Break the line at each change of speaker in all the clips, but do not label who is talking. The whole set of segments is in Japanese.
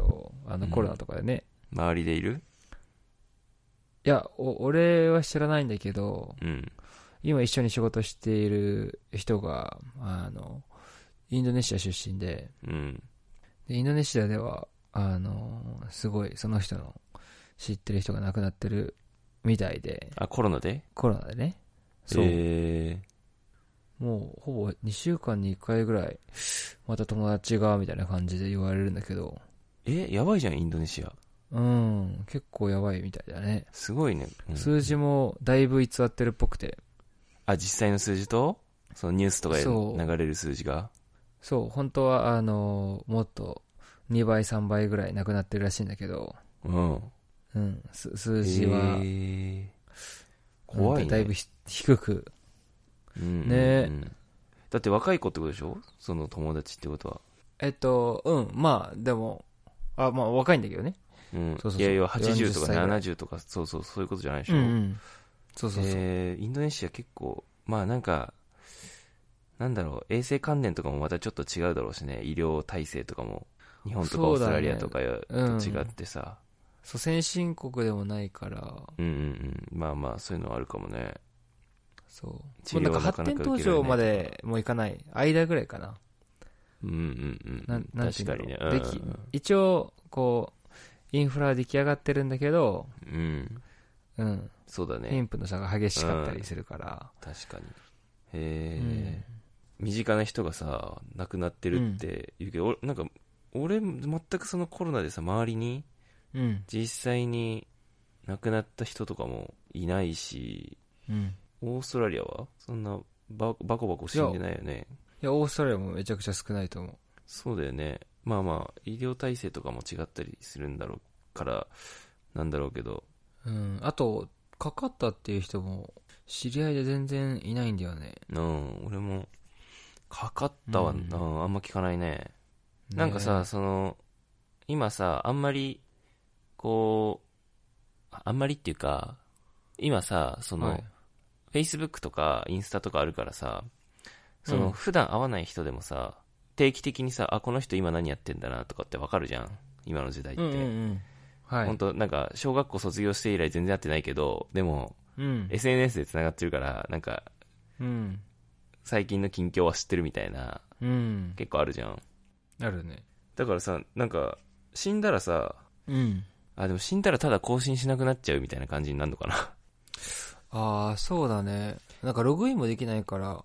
のコロナとかでね。
周りでいる
いや、お俺は知らないんだけど、
うん。
今一緒に仕事している人が、あの、インドネシア出身で、
うん。
でインドネシアでは、あの、すごい、その人の知ってる人が亡くなってるみたいで、
あ、コロナで
コロナでね。そう。
え
もう、ほぼ2週間に1回ぐらい、また友達が、みたいな感じで言われるんだけど、
ー、え、やばいじゃん、インドネシア。
うん、結構やばいみたいだね。
すごいね。うん
数字もだいぶ偽ってるっぽくて、
あ、実際の数字と、そのニュースとかで
そう
流れる数字が。
そう、本当は、あの、もっと2倍、3倍ぐらいなくなってるらしいんだけど、
うん。
うん、す数字は、
えー怖い
うん
ね。
だいぶひ低く、
うんうんう
ね
ん
え
だって若い子ってことでしょその友達ってことは。
えっと、うん、まあ、でも、あ、まあ、若いんだけどね。
うん。
そうそうそう
いやいや、80
40
とか
歳ぐらい
70とか、そうそう、そういうことじゃないでしょ。
ん。そうそうそう。
えーインドネシア結構、まあなんか、なんだろう、衛生関連とかもまたちょっと違うだろうしね、医療体制とかも、日本とか
そ
オ
う
ース
だ
ト
ね
ラリアとかよと
うん
違ってさ、
そう、先進国でもないから、
うんうんうん、まあまあ、そういうのはあるかもね。
そう。
治
もう
療
なん
は
か
なか
発
な
展
か受けられない
途上までもういかない。間ぐらいかな。
うんうんう
なんん。なんてい
確
うんだ
か
ろう
にね。
でき一応、こう、インフラは出来上がってるんだけど、
うん。うん。
うん。
そうだね。
貧富の差が激しかったりするから。
確かに。へえ、身近な人がさ、亡くなってるって言うけど、俺なんか、俺、全くそのコロナでさ、周りに、
うん。
実際に亡くなった人とかもいないし
うん。
オーストラリアはそんなババコバコ死んでないよね
いや、オーストラリアもめちゃくちゃ少ないと思
そうだよねまあまあ医療体制とかも違ったりするんだろうからなんだろうけど
う。うん。あと、かかったっていう人も、知り合いで全然いないんだよね。
うん俺もかかったは、
うん
うんあんま聞かないねなんかさ、その、今さ、あんまり、こう、ああんまりっていうか、今さ、その、
はい
Facebook とかインスタとかあるからさ、そうの、
ん
普段会わない人でもさ、定期的にさ、あ、この人今何やってんだなとかってわかるじゃん。今の時代っ
う
て。
んうんうん。はい。
本当なんか、小学校卒業して以来全然会ってないけど、でも、
うん。
SNS で繋がってるから、なんか、
うん。
最近の近況は知ってるみたいな、
うん。
結構あるじゃん。
あるね。
だからさ、なんか、死んだらさ、
うん。
あ、でも死んだらただ更新しなくなっちゃうみたいな感じになるのかな。
ああ、そうだね。なんかログインもできないから、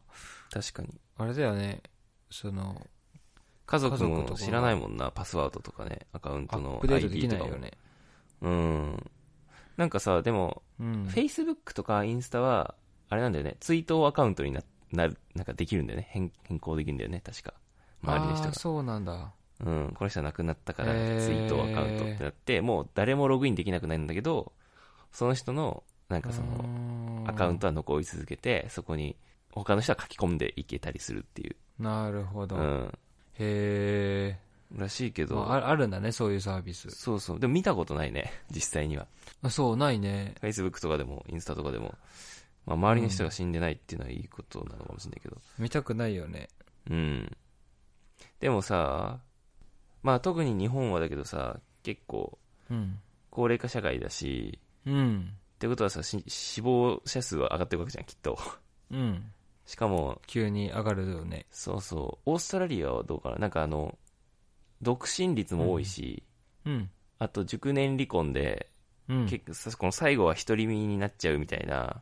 確かに。
あれだよね。その、
家族
家
も
族とか
知らないもんな、パスワードとかね、アカウン
ア
ト
ッ
の
プデートで
ID
き
と
ない
かも
よ。ね。
うん。なんかさ、でも、
うん。
Facebook とかインスタは、あれなんだよね、追悼アカウントにな、なる、なんかできるんだよね。変、変更できるんだよね、確か。周りの人
あ
が
ー。そうなんだ。
うん、この人は亡くなったから、ツイ
へー
ートアカウントってなって、もう誰もログインできなくなるんだけど、その人の、なんかその、アカウン
ト。
トは残り続けて、そこに、他の人は書き込んでいけたりするっていう。
なるほど。
う
へ
ん。
え。
らしいけ
ま
ど、
あああるんだね、そういうサービス。
そうそう。でも見たことないね、実際には。
あそう、ないね。
Facebook とかでも、インスタとかでも、まあ、周りの人が死んでないっていうのはいいことなのかもしれないけど。
見たくないよね。
うん。でもさ、まあ特に日本はだけどさ、結構、
うん。
高齢化社会だし、
うん。
ってことはさ、し死亡者数は上がってるわけじゃん、きっと。
うん。
しかも、
急に上がるよね。
そうそう、オーストラリアはどうかななんかあの、独身率も多いし、
うん。
あと熟年離婚で、
うん。
結構さこの最後は独り身になっちゃうみたいな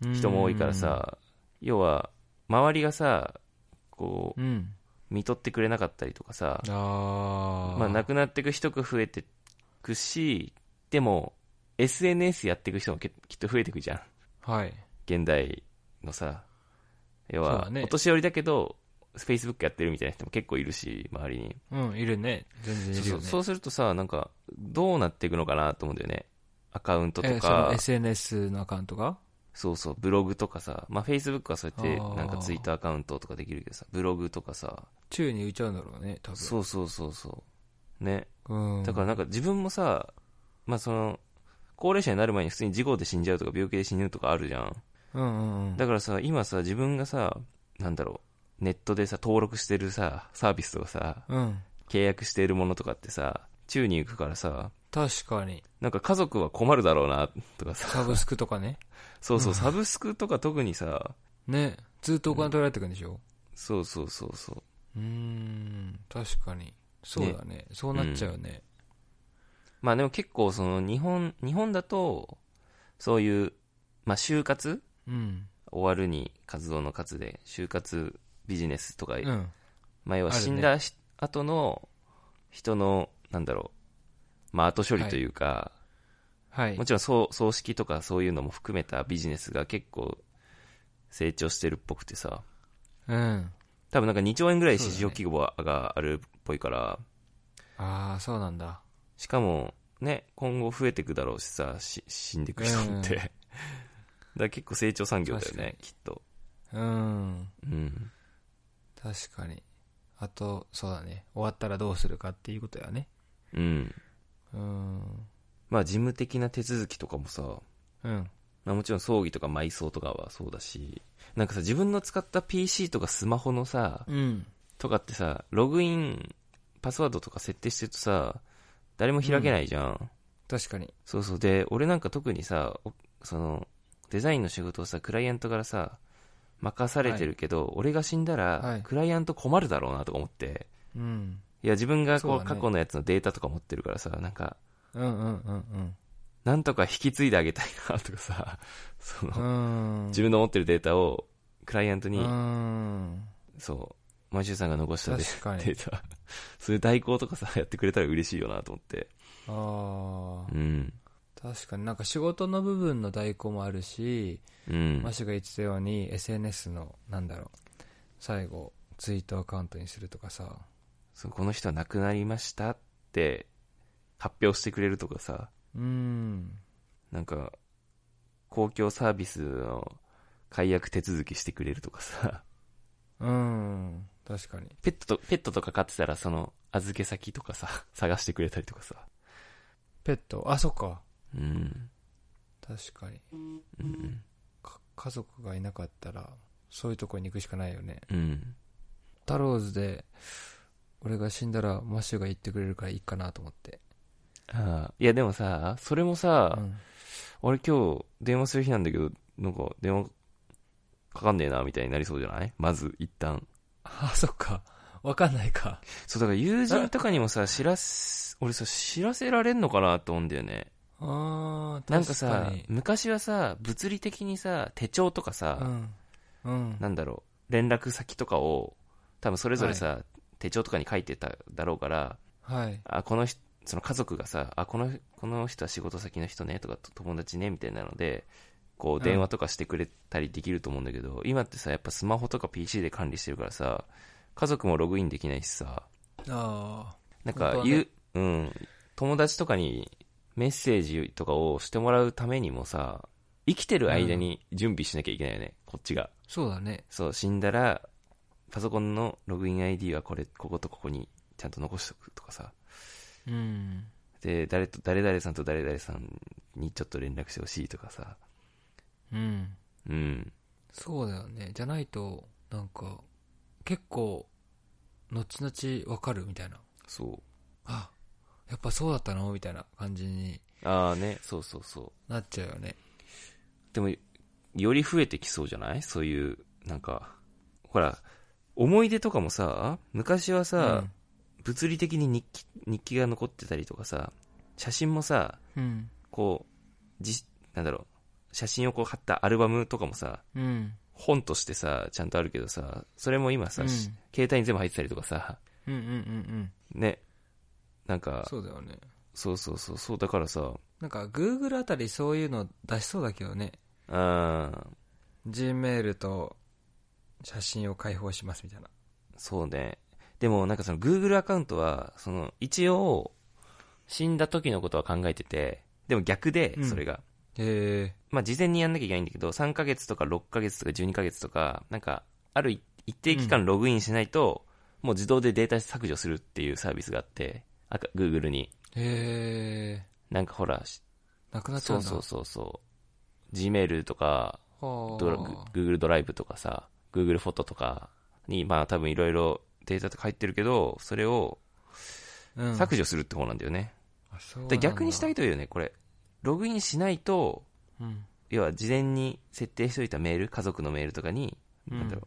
人も多いからさ、要は周りがさこ
うん。うん。
う見とってくれなかったりとかさ
ああ。
まあ、亡くなっていく人が増えてくしでも SNS やっていく人もけきっと増えていくじゃん
はい。
現代のさ要
そう
は
だね
お年寄りだけど Facebook やってるみたいな人も結構いるし周りに
うん、いるね。全然いる
そ
よ
う
ね。
そうするとさなんかどうなっていくのかなと思うんだよねアカウントと
えその
か
SNS のアカウントが
そうそう、ブログとかさ、まあ、Facebook はそうやって
あ、ー
なんかツイッターアカウントとかできるけどさ、ブログとかさ、
宙に浮いちゃうんだろうね、多分。
そうそうそうそう。ね。
う。うん。
だからなんか自分もさ、まあ、その、高齢者になる前に普通に事故で死んじゃうとか病気で死ぬとかあるじゃん。
ら、うんうんうん。
だからさ、今さ、自分がさ、なんだろう、ネットでさ、登録してるさ、サービスとかさ、
うん。
契約しているものとかってさ、宙に行くからさ、
確かに。
なんか家族は困るだろうな、とかさ、
サブスクとか ね。
そうそう、サブスクとか特にさ、
ね。ずっとお金取られてくんでしょ、
そうそうそうそう。
うーん、確かに。そうだね。そうなっちゃうね。
まあでも結構その日本、日本だと、そういう、まあ就活
うん。
終わるに活動の活で、就活ビジネスとか、
うん。
まあ要は
あるね
死んだし後の人の、なんだろう、まあ後処理というか、
はい
も。ちろん葬葬式とかそういうのも含めたビジネスが結構成長してるっぽくてさ、
うん。
多分なんか2兆円ぐらい
そうだ
市
ね
場規模があるっぽいから、
ああ、そうなんだ。
しかもね、今後増えてくだろうしさ、し死んでく人って。
うん
だから結構成長産業だよ
確か
ね
に、
きっと。
うん。
うん。
確かに。あと、そうだね。終わったらどうするかっていうことやね。
うん。
うん。
まあ事務的な手続きとかもさ、
うん。
まあ、もちろん葬儀とか埋葬とかはそうだし、なんかさ、自分の使った PC とかスマホのさ、
うん。
とかってさ、ログイン、パスワードとか設定してるとさ、誰も開けないじゃん。
確かに。
そうそう。で、俺なんか特にさ、おその、デザインの仕事をさ、クライアントからさ、任されてるけど、俺が死んだら、
はい
クライアント困るだろうなとか思って、
うん。
いや、自分がこ
そう
う、
だね
過去のやつのデータとか持ってるからさ、なんか、
うんうんうん
なんとか引き継いであげたいなとかさ、 その、
うん。うん。
自分の持ってるデータを、クライアントに、
うん。
そう、マシューさんが残したデ
確かに
データ、 そういう代行とかさ、やってくれたら嬉しいよなと思って。
ああ。
うん。
確かになんか仕事の部分の代行もあるし、
うん
マ。シュが言ってたように SNS の、なんだろう、最後、ツイートアカウントにするとかさ。
そうこの人は亡くなりましたって、発表してくれるとかさ、
うん。
なんか、公共サービスの解約手続きしてくれるとかさ、
うん。確かに。
ペットと、ペットとか飼ってたらその預け先とかさ、 探してくれたりとかさ。
ペット、あ、そっか。
うん。
確かに。
うん。
か家族がいなかったら、そういうとこに行くしかないよね。
うん。
タローズで、俺が死んだらマシュが言ってくれるからいいかなと思って。
ああいやでもさ、それも
う
さ、
ん。
俺今日電話する日なんだけど、なんか電話かかんねえなみたいになりそうじゃないまず一旦。
あ、そっか。わかんないか。
そう、だから友人とかにもさ、知らす、俺さ、知らせられんのかなと思うんだよね。
あー、
なん
確
か
か
さ
に、。
昔はさ、物理的にさ、手帳とか
う
さ、
ん。うん。
なんだろう、連絡先とかを、多分それぞれさ、手帳とかに書いてただろうから、
はい。
あ、この人、その家族がさ、あ、この、この人は仕事先の人ね、とか、と友達ね、みたいなので、こ
う
う、
ん
電話とかしてくれたりできると思うんだけど、今ってさ、やっぱスマホとか PC で管理してるからさ、家族もログインできないしさ、
あ本当
なんか
は、ね
言う、うん、友達とかにメッセージとかをしてもらうためにもさ、生きてる間に準備しなきゃいけないよね、こっちが。
ー、そうだね。
そう、死んだら、パソコンのログイン ID はこれ、こことここにちゃんと残しとくとかさ。
うん。
で、誰と、誰々さんと誰々さんにちょっと連絡してほしいとかさ。
うん。
うん。
そうだよね。じゃないと、なんか、結構、後々わかるみたいな。
そ
あ、やっぱそうだったのみたいな感じに
う。ああね、そうそうそう。
なっちゃうよね。
でも、より増えてきそうじゃないそういう、なんか、ほら、思い出とかもさ、昔はさ、物理的に日記日記が残ってたりとかさ写真もさ
うん。
こうじなんだろう写真をこう貼ったアルバムとかもさ
うん。うん。
本としてさちゃんとあるけどさそれも今さ、
うん
し携帯に全部入ってたりとかさ
うんうんうんうん。
ねなんか
そうだよね。
そうそうそうそうだからさ
なんか、Google あたりそういうの出しそうだけどね。
あー
Gmail と写真を開放しますみたいな。
そうねでもなんかその Google アカウントはその一応死んだ時のことは考えててでも逆で
うん
それが、
へえ。
まあ、事前にやんなきゃいけないんだけど、3ヶ月とか6ヶ月とか12ヶ月とか、なんか、ある一一定期間ログインしないと、もう自動でデータ削除するっていうサービスがあって、あか Google に。
へえ。
なんかほら、し
なくなっちゃ
そううん
だ。
そうそうそう。Gmail とか、
は
ドラ Google ドライブとかさ、Google フォトとかに、まあ多分いろいろデータとか入ってるけど、それを、
うん
削除するって方なんだよね。
あそうなん
で
だ
逆にしたいというよね、これ。ログインしないと、
うん
要は事前に設定しておいたメール、家族のメールとかに、
うん
なんだろう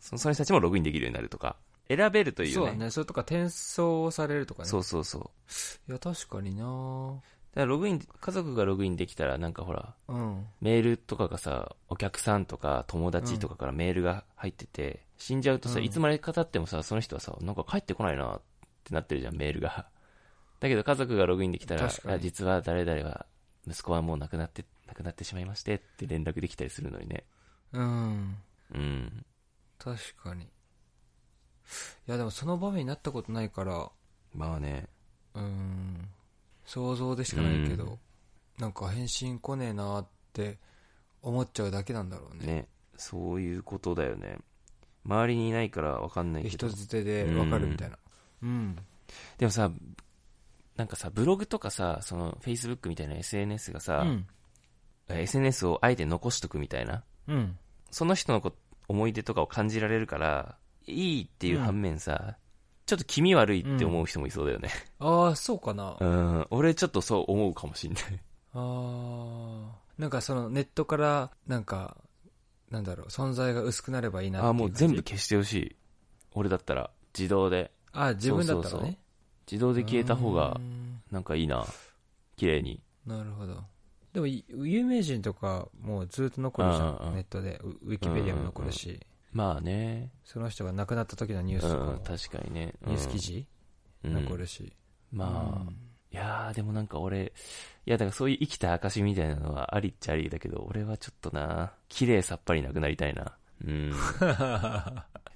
そその人たちもログインできるようになるとか、選べるというね。
そうだねそれとか転送されるとかね
そうそうそう。
いや確かにな
だからログイン、家族がログインできたら、なんかほら、
うん
メールとかがさ、お客さんとか友達とかからメールが入ってて、死んじゃうとさ、
うん
いつまでかたってもさ、その人はさ、なんか帰ってこないなってなってるじゃん、メールが。だけど家族がログインできたら、
確かに
あ実は誰々は、息子はもう亡くなって、亡くなってしまいましてって連絡できたりするのにね。
うん
うん。
確かにいやでもその場面になったことないから
まあね。
うん想像でしかないけど、
うん
なんか返信来ねえなーって思っちゃうだけなんだろうね
ね。そういうことだよね。周りにいないからわかんないけど
人。づてで分かるみたいなうん、
でもさ、なんかさ、ブログとかさ、その、Facebook みたいな SNS が
う
さ、
ん
SNS をあえて残しとくみたいな。
うん、
その人のこ思い出とかを感じられるから、いいっていう反面さ、ちょっと気味悪いって思う人もいそうだよね。
ああそうかな、
うん、俺ちょっとそう思うかもしんない。
ああなんかそのネットからなんかなんだろう存在が薄くなればいいなってい
ああ、もう全部
感じ
消してほしい。俺だったら、自動で。
あー自分だった
そう
ら
そうそう
ね
自動で消えた方が
うー、ん
なんかいいな。綺麗に。
なるほどでもい有名人とかもうずっと残るじゃ
うんうんうん
んネットでウウィキペディアも残るし、
まあね。
その人が亡くなった時のニュ
う
ー
ん
スとかも、、
確かにね。うん
ニュース記事
うん
残るし、
まあ、いやーでもなんか俺、いやだからそういう生きた証みたいなのはありっちゃありだけど、俺はちょっとな、綺麗さっぱりなくなりたいな。 うん。い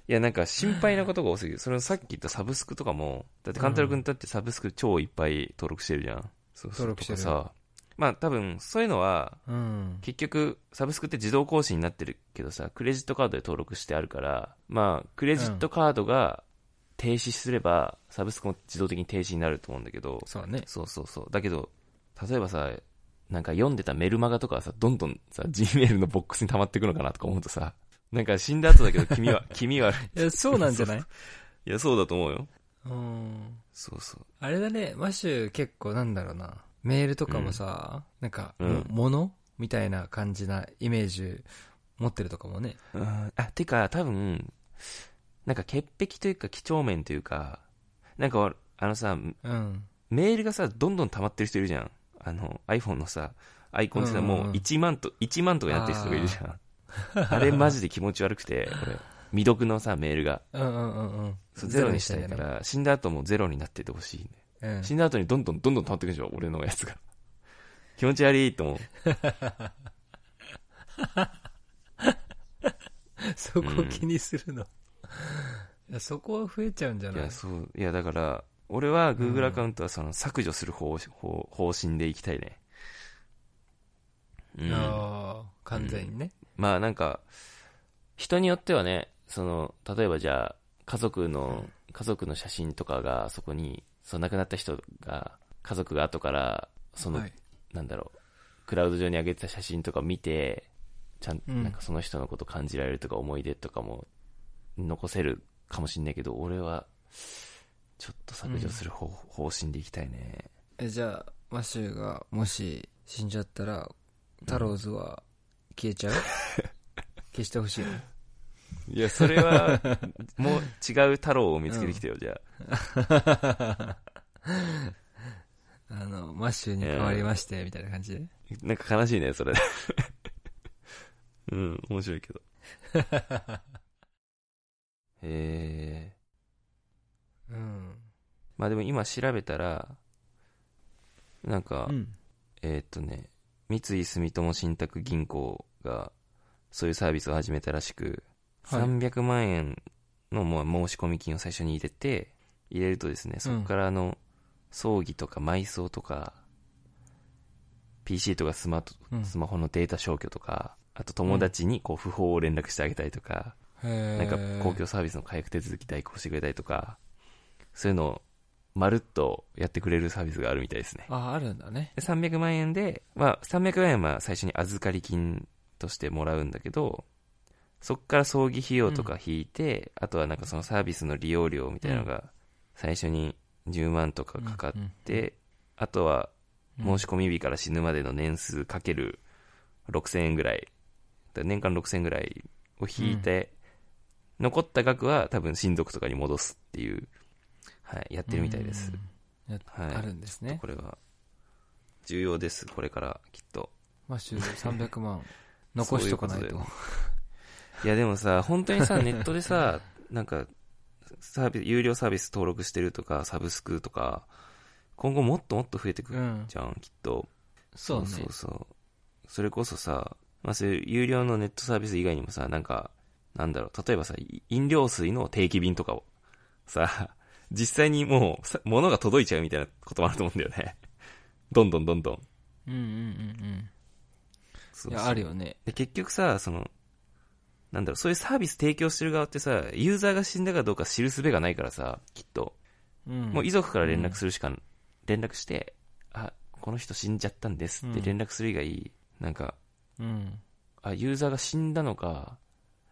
やなんか心配なことが多すぎる。それをさっき言ったサブスクとかも、だってカンタル君だってサブスク超いっぱい登録してるじゃん。そうそう
登録してる
とかさ。まあ多分そういうのは、
うん、うん
結局サブスクって自動更新になってるけどさ、クレジットカードで登録してあるから、まあクレジットカードが停止すれば、サブスクも自動的に停止になると思うんだけど、
そうだね
そうそうそう。だけど、例えばさ、なんか読んでたメルマガとかはさ、どんどんさ、Gmail のボックスに溜まっていくのかなとか思うとさ、なんか死んだ後だけど君は、 君は、
いやそうなんじゃない
いや、そうだと思うよ。
うん
そうそう。
あれだね、マシュ結構なんだろうな。メールとかもさ、なんか、
うん
も物みたいな感じなイメージ持ってるとかもね。
うんあ、てか、多分、なんか潔癖というか、几帳面というか、なんか、あのさ、
うん。
メールがさ、どんどん溜まってる人いるじゃん。あの、iPhone のさ、アイコンってさ、
うんうんうん
もう1万と、1万とかになってる人がいるじゃ ん。あれマジで気持ち悪くて、俺、未読のさ、メールが。
うんうんうんうん。
そうゼロにしたいか。ら、死んだ後もゼロになっててほしいね。
うん。
死んだ後にどんどんどんどん溜まってくるでしょ、俺のやつが。 気持ち悪いと思う。
そこ気にするの。いやそこは増えちゃうんじゃ
い
ない
や、そう、いや、だから、俺は Google アカウントはその削除する方方方針でいきたいね。うん。
ああ、完全にね。
まあなんか、人によってはね、その、例えばじゃあ、家族の、家族の写真とかがそこに、その亡くなった人が、家族が後から、その
はい。
なんだろう、クラウド上に上げてた写真とか見て、ちゃん、
うん
なんかその人のこと感じられるとか思い出とかも残せるかもしんないけど、俺は、ちょっと削除する方,、方針でいきたいね。
え、じゃあ、マシュがもし死んじゃったら、タローズは消えちゃう 消してほしいの。
いや、それは、もう違う太郎を見つけてきてよ、じゃあ。
あの、マッシュに変わりまして、みたいな感 じで。
なんか悲しいね、それ。うん、面白いけど。えー、
うん。
まあでも今調べたら、なんか、
うん。
えーっとね、三井住友信託銀行が、そういうサービスを始めたらしく、
はい
300万円のもう申し込み金を最初に入れて、入れるとですね、そこからあの、葬儀とか埋葬とか、PC とかスマート
うん
スマホのデータ消去とか、あと友達にこう不法を連絡してあげたりとか、
な
なんか公共サービスの回復手続き代行してくれたりとか、そういうのをまるっとやってくれるサービスがあるみたいですね。
ああるんだね
で300万円で、まあ、300万円は最初に預かり金としてもらうんだけど、そこから葬儀費用とか引いて、あとはなんかそのサービスの利用料みたいなのが最初に10万とかかかって、あとは申し込み日から死ぬまでの年数かける6000円ぐらい。だから年間6000円ぐらいを引いて、残った額は多分親族とかに戻すっていう、はい、やってるみたいです。
うんや
はい。
あるんですね
これは、重要です。これから、きっと。
マッシュ300万 残しとかないと
そういういや、でもさ、本当 にさ、ネットでさ、なんか、サービス、有料サービス登録してるとか、サブスクとか、今後もっともっと増えてく
う
る
ん
じゃん、きっと。
そうね
そうそう。それこそさ、まあそういう有料のネットサービス以外にもさ、なんか、なんだろう、例えばさ、い飲料水の定期便とかを、さ、 実際にもう、さ物が届いちゃうみたいなこともあると思うんだよね。 どんどんどんどん。
うんうんうん
そ
うん
う
い
そ
や
う
あるよね
で、結局さ、その、なんだろう、そういうサービス提供してる側ってさ、ユーザーが死んだかどうか知る術がないからさ、きっと。
うん
もう遺族から連絡するしか、連絡して、あ、この人死んじゃったんですって
うん
連絡する以外、なんか、
うん
あ、ユーザーが死んだのか、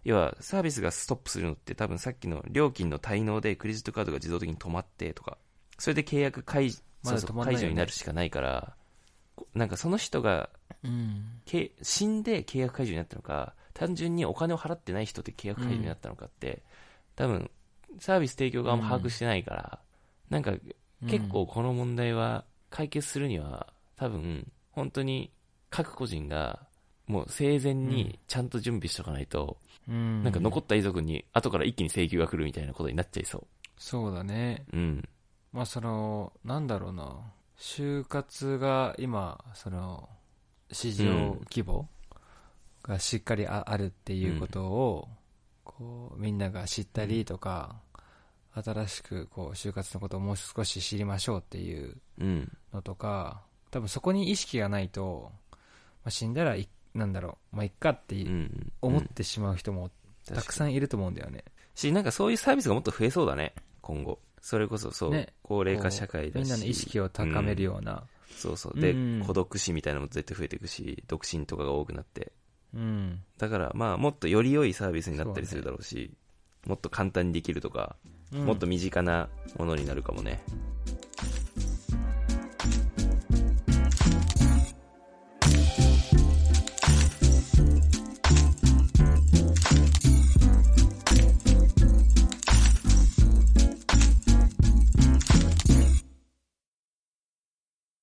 要はサービスがストップするのって多分さっきの料金の滞納でクレジットカードが自動的に止まってとか、それで契約解,、
ま
そ
だ
うそう
止まんない
解
よね
除になるしかないから、こなんかその人が
うん
け死んで契約解除になったのか単純にお金を払ってない人で契約解除になったのかって、多分サービス提供側も把握してないから、なんか結構この問題は解決するには多分本当に各個人がもう生前にちゃんと準備しとかないと、
うん
なんか残った遺族に後から一気に請求が来るみたいなことになっちゃいそ
そうだね
ううん
まあそのなんだろうな就活が今その市場規模がしっかりああるっていうことをこうみんなが知ったりとか新しくこう就活のことをもう少し知りましょうっていう
うん
のとか多分そこに意識がないと、まあ、死んだらいなんだろうまあいっかって
うんうん
思ってしまう人も
うん
たくさんいると思うんだよね
しなんかそういうサービスがもっと増えそうだね今後それこそそう、
ね
高齢化社会だし
みんなの意識を高めるような
そうそう。で、
うん
孤独死みたいなのも絶対増えていくし、独身とかが多くなって。
うん
だから、まあ、もっとより良いサービスになったりするだろうし、もっと簡単にできるとか、
うん
もっと身近なものになるかもね。